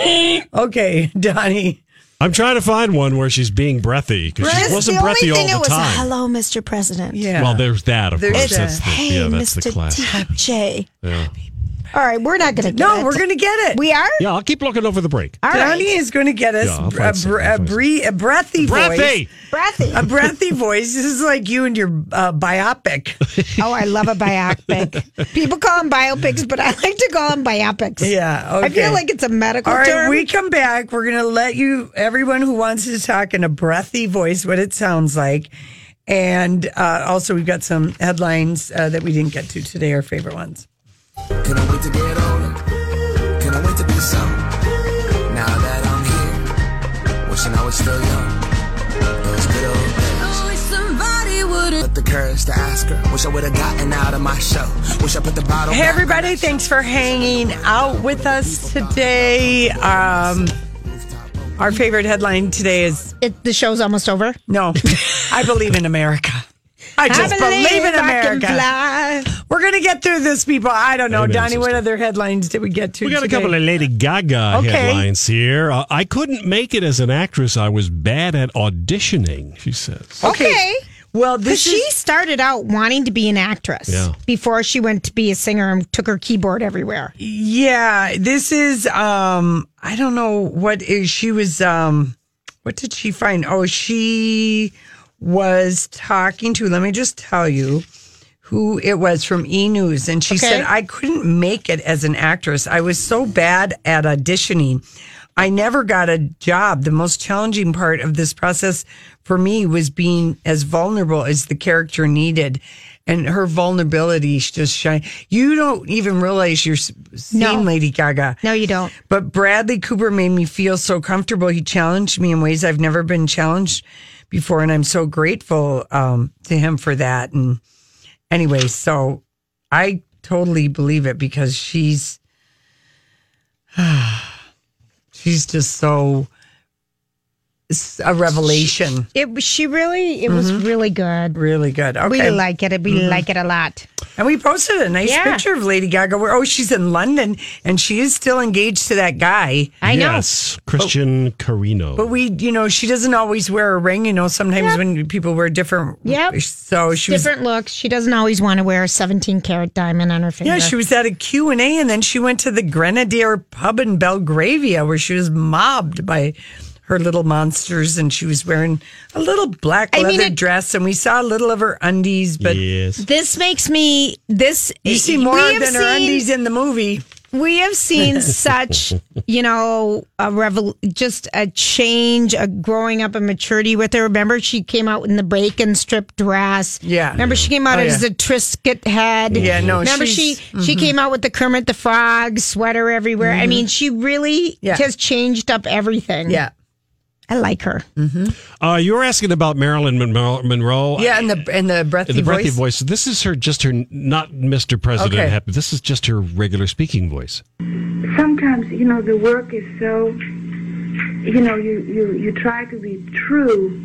S3: Okay, Donnie.
S1: I'm trying to find one where she's being breathy because
S2: Right.
S1: she wasn't
S2: the only
S1: breathy all
S2: thing
S1: the
S2: it was,
S1: time.
S2: hello, Mr. President.
S3: Yeah.
S1: Well, there's that, of
S3: There's
S1: course.
S3: that.
S1: That's the,
S2: Hey,
S1: yeah, that's the
S2: Mr.
S1: class.
S2: TJ.
S1: Yeah.
S2: All right, we're not going to.
S3: no, we're gonna get it.
S2: We are.
S1: yeah, I'll keep looking over the break.
S2: All right.
S3: Donnie is gonna get us
S1: Yeah, I'll find
S3: a,
S1: something.
S3: br-
S1: I'll
S3: a,
S1: find
S3: bre- a breathy,
S1: Breathy!
S3: voice.
S2: Breathy.
S3: A breathy voice. This is like you and your uh, biopic.
S2: oh, I love a biopic. People call them biopics, but I like to call them biopics.
S3: Yeah,
S2: I
S3: okay.
S2: feel like it's a medical
S3: All right,
S2: term.
S3: we come back. We're going to let you, everyone who wants to talk in a breathy voice, what it sounds like. And uh, also, we've got some headlines uh, that we didn't get to today, our favorite ones.
S14: Can I wait to get older? Can I wait to be some? Now that I'm here, wishing I was still young. Those good old days. somebody would have the courage to ask her. Wish I would have gotten out of my shell. Wish I put the bottle.
S3: Hey,
S14: back
S3: everybody, thanks for hanging out with us today. Um, our favorite headline today is
S2: it, the show's almost over.
S3: No, I believe in America. I just believe, in
S2: I can
S3: America.
S2: fly.
S3: We're going to get through this, people. I don't know.
S1: Amen,
S3: Donnie, what
S1: sister.
S3: other headlines did we get to
S1: We got a
S3: today?
S1: couple of Lady Gaga
S3: Okay.
S1: headlines here. Uh, I couldn't make it as an actress. I was bad at auditioning, she says.
S2: Okay.
S3: Well,
S2: Because
S3: this is...
S2: she started out wanting to be an actress
S1: Yeah.
S2: before she went to be a singer and took her keyboard everywhere.
S3: E- Yeah, this is um I don't know what is she was um what did she find? Oh, she was talking to let me just tell you who it was from E News and she
S2: Okay.
S3: said I couldn't make it as an actress. I was so bad at auditioning. I never got a job. The most challenging part of this process for me was being as vulnerable as the character needed. And her vulnerability just shine. You don't even realize you're s- seeing
S2: No.
S3: Lady Gaga.
S2: No, you don't.
S3: But Bradley Cooper made me feel so comfortable. He challenged me in ways I've never been challenged before, and I'm so grateful um, to him for that. And anyway, so I totally believe it because she's she's just so it's a revelation.
S2: It she really it was
S3: Mhm.
S2: really good.
S3: Really good. Okay.
S2: We like it. We
S3: Mhm.
S2: like it a lot.
S3: And we posted a nice
S2: Yeah.
S3: picture of Lady Gaga where oh she's in London and she is still engaged to that guy.
S1: yes, Christian Carino.
S3: But we, you know, she doesn't always wear a ring. You know, sometimes when people wear different,
S2: Yep.
S3: So she was,
S2: Different looks. She doesn't always want to wear a 17 karat diamond on her finger.
S3: yeah, she was at a Q and A, and then she went to the Grenadier Pub in Belgravia, where she was mobbed by her little monsters, and she was wearing a little black
S2: I
S3: leather
S2: mean, it-
S3: dress, and we saw a little of her undies. But
S2: This makes me this.
S3: you see more than her undies in the movie.
S2: We have seen such, you know, a revel, just a change, a growing up, a maturity with her. Remember, she came out in the bacon strip dress.
S3: Yeah.
S2: Remember, she came out
S3: Oh,
S2: as
S3: yeah.
S2: a Trisket head.
S3: Yeah, no,
S2: Remember, she
S3: she's-
S2: she
S3: mhm.
S2: came out with the Kermit the Frog sweater everywhere. I
S3: Mhm.
S2: mean, she really
S3: Yeah.
S2: has changed up everything.
S3: Yeah.
S2: I like her.
S1: Uh, you were asking about Marilyn Monroe. Monroe.
S3: Yeah, and the and the breathy,
S1: the breathy
S3: voice.
S1: voice. This is her, just her, not Mr. President.
S3: Okay.
S1: happy. This is just her regular speaking voice.
S15: sometimes you know the work is so you know you you you try to be true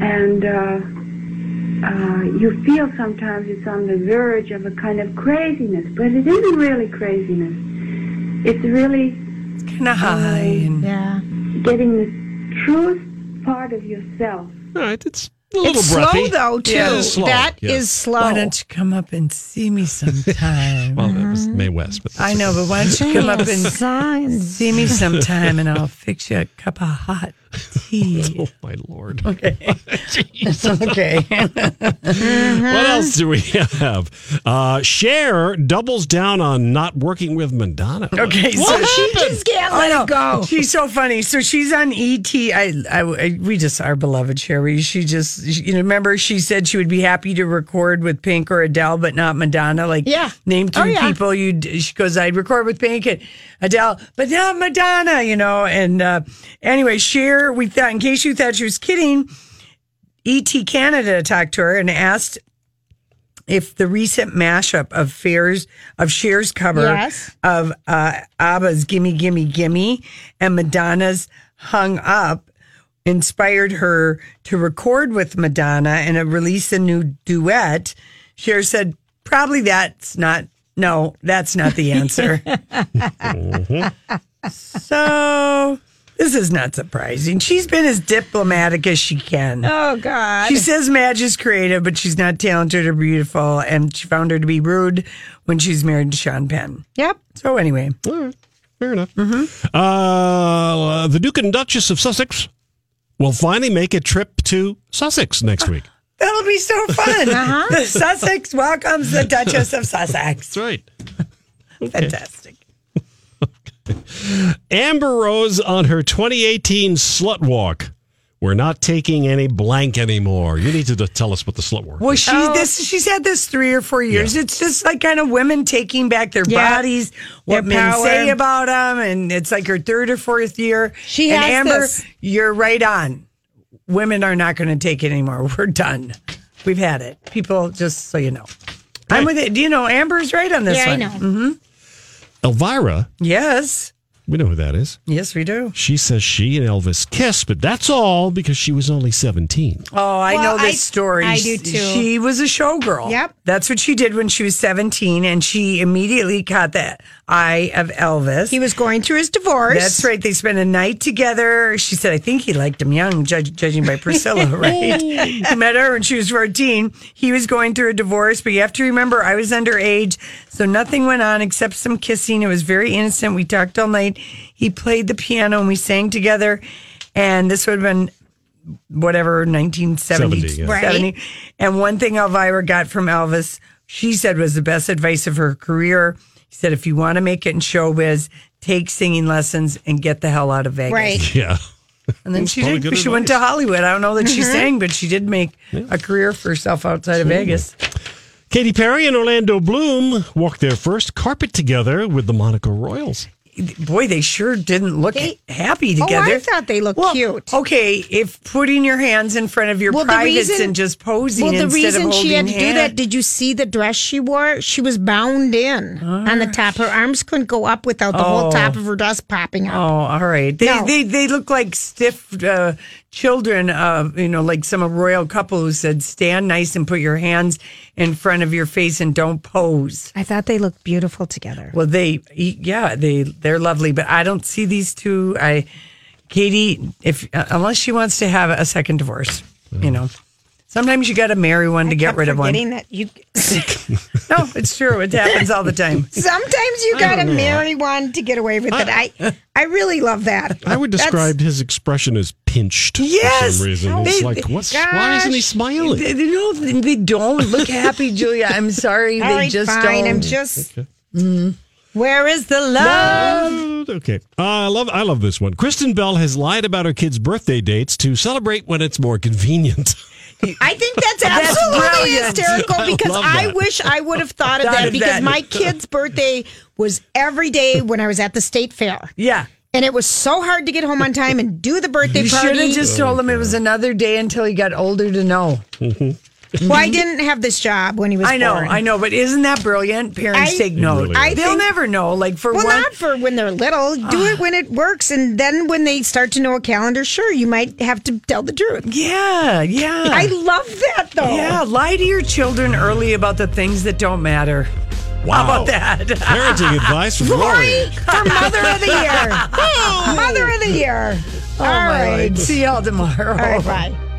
S15: and uh uh you feel sometimes it's on the verge of a kind of craziness but it isn't really craziness it's really um,
S3: kind of high
S2: yeah
S15: getting the truest part of yourself
S1: all right it's
S3: a little
S2: it's
S3: breathy.
S2: slow though too.
S3: Yeah,
S2: That
S3: it
S2: is
S3: is slow, yeah.
S2: slow.
S3: Why don't you come up and see me sometime?
S1: Well, that was Mae West. But
S3: I know, but why don't you come up and
S2: Signs.
S3: see me sometime and I'll fix you a cup of hot tea.
S1: Oh, my Lord.
S3: Okay. okay. Mm-hmm.
S1: What else do we have? Uh, Cher doubles down on not working with Madonna.
S3: Okay,
S1: What
S3: so she
S1: happened?
S3: just can't let it go. She's so funny. So she's on ET. I, I, I- we just our beloved Sherry. She just, she- you know, remember she said she would be happy to record with Pink or Adele, but not Madonna. Like, yeah, name two
S2: Oh, yeah.
S3: people. You, she goes, I'd record with Pink and Adele, but not Madonna. You know, and uh, anyway, Cher. We thought, in case you thought she was kidding, ET Canada talked to her and asked if the recent mashup of Fair's of Cher's cover
S2: Yes.
S3: of uh, ABBA's "Gimme Gimme Gimme" and Madonna's "Hung Up" inspired her to record with Madonna and uh, release a new duet. Cher said, "Probably that's not no, that's not the answer." so. This is not surprising. She's been as diplomatic as she can.
S2: Oh God.
S3: She says Madge is creative, but she's not talented or beautiful, and she found her to be rude when she's married to Sean Penn.
S2: Yep.
S3: So oh, anyway, Mm-hmm.
S1: fair enough. Uh, the Duke and Duchess of Sussex will finally make a trip to Sussex
S3: Ah.
S1: next week.
S3: That'll be so fun.
S1: Uh-huh.
S3: The Sussex welcomes the Duchess of Sussex.
S1: That's right.
S3: Fantastic.
S1: Amber Rose on her 2018 slut walk. We're not taking any blank anymore. You need to d- tell us what the slut walk.
S3: Well, she
S2: Oh.
S3: this she's had this three or four years. It's just like kind of women taking back their
S2: Yeah.
S3: bodies, what
S2: Their
S3: men
S2: power.
S3: say about them, and it's like her third or fourth year.
S2: She
S3: and
S2: has
S3: Amber,
S2: this.
S3: you're right on. Women are not going to take it anymore. We're done. We've had it. People, just so you know, I'm with it. Do you know Amber's right on this
S1: Yeah, I
S3: one?
S1: know.
S3: hmm
S1: Elvira,
S3: Yes,
S1: we know who that is.
S3: yes, we do.
S1: She says she and Elvis kissed, but that's all because she was only 17.
S3: Oh, I
S2: Well,
S3: know this
S2: I-
S3: story.
S2: I do too.
S3: She was a showgirl.
S2: Yep.
S3: That's what she did when she was 17, and she immediately caught the eye of Elvis.
S2: He was going through his divorce.
S3: That's right. They spent a night together. She said, I think he liked him young, judge, judging by Priscilla, right? he met her when she was 14. He was going through a divorce, but you have to remember I was underage, so nothing went on except some kissing. It was very innocent. We talked all night. He played the piano and we sang together. And this would have been whatever 1970
S1: 70, yeah.
S3: 70. and one thing elvira got from elvis she said was the best advice of her career he said, if you want to make it in showbiz, take singing lessons and get the hell out of Vegas.
S1: Yeah.
S3: And then
S1: That's
S3: she
S1: probably
S3: did, she
S1: good
S3: went to
S1: advice.
S3: Hollywood. I don't know that she
S2: Mm-hmm.
S1: Mhm.
S3: sang, but she did make a career for herself outside of Vegas.
S1: Katy Perry and Orlando Bloom walked their first carpet together with the Monaco Royals.
S3: Boy, they sure didn't look happy
S2: Oh,
S3: together.
S2: I thought they looked cute.
S3: Okay, if putting your hands in front of your privates and just posing
S2: Well, the
S3: instead
S2: reason
S3: of
S2: she had to
S3: holding
S2: do
S3: hands.
S2: that, did you see the dress she wore? She was bound in on the top. Her arms couldn't go up without the
S3: Oh.
S2: whole top of her dress popping
S3: Oh,
S2: out.
S3: all right. They
S2: No.
S3: they they look like stiff uh, children. Uh, you know, like some royal couple who said, "Stand nice and put your hands in front of your face and don't pose."
S2: I thought they looked beautiful together.
S3: Well, they yeah they they're lovely, but I don't see these two. I Katie, if uh, unless she wants to have a second divorce, you know. Sometimes you got to marry one to get rid of Oh, one.
S2: Forgetting that you
S3: No, it's true. It happens all the time.
S2: sometimes you
S3: I
S2: gotta
S3: don't know.
S2: marry one to get away with it. I I really love that.
S1: I would
S2: That's-
S1: describe his expression as pinched for
S3: Yes.
S1: some reason. It's
S3: They-
S1: like, what's, why isn't he smiling?
S3: They, they don't, they don't look happy, Julia. I'm sorry.
S2: All
S3: they
S2: right,
S3: just
S2: fine.
S3: don't.
S2: I'm just.
S1: Okay.
S2: Where is the love?
S1: Okay, uh, I love I love this one. Kristen Bell has lied about her kids' birthday dates to celebrate when it's more convenient.
S2: I think that's
S3: That's
S2: absolutely
S3: brilliant.
S2: hysterical
S1: I
S2: because
S1: love
S2: I
S1: that.
S2: wish I would have thought of
S3: Thought
S2: that
S3: of
S2: because
S3: that.
S2: my kid's birthday was every day when I was at the state fair.
S3: Yeah.
S2: And it was so hard to get home on time and do the birthday
S3: You
S2: party.
S3: should have just told him it was another day until he got older to know.
S2: well, I didn't have this job when he was
S3: I know,
S2: born.
S3: I know, but isn't that brilliant? Parents
S2: I-
S3: take
S2: They
S3: note.
S2: really are. I
S3: They'll
S2: think-
S3: never know. Like for
S2: well,
S3: one, Ah.
S2: not for when they're little. Do it when it works, and then when they start to know a calendar, sure, you might have to tell the truth.
S3: yeah, yeah.
S2: I love that though.
S3: yeah, lie to your children early about the things that don't matter. How about that?
S1: Parenting advice from Lori.
S2: Lori for Mother of the Year. Mother of the Year.
S3: Oh,
S2: All
S3: my
S2: right.
S3: Lord. See y'all tomorrow.
S2: All right. Bye.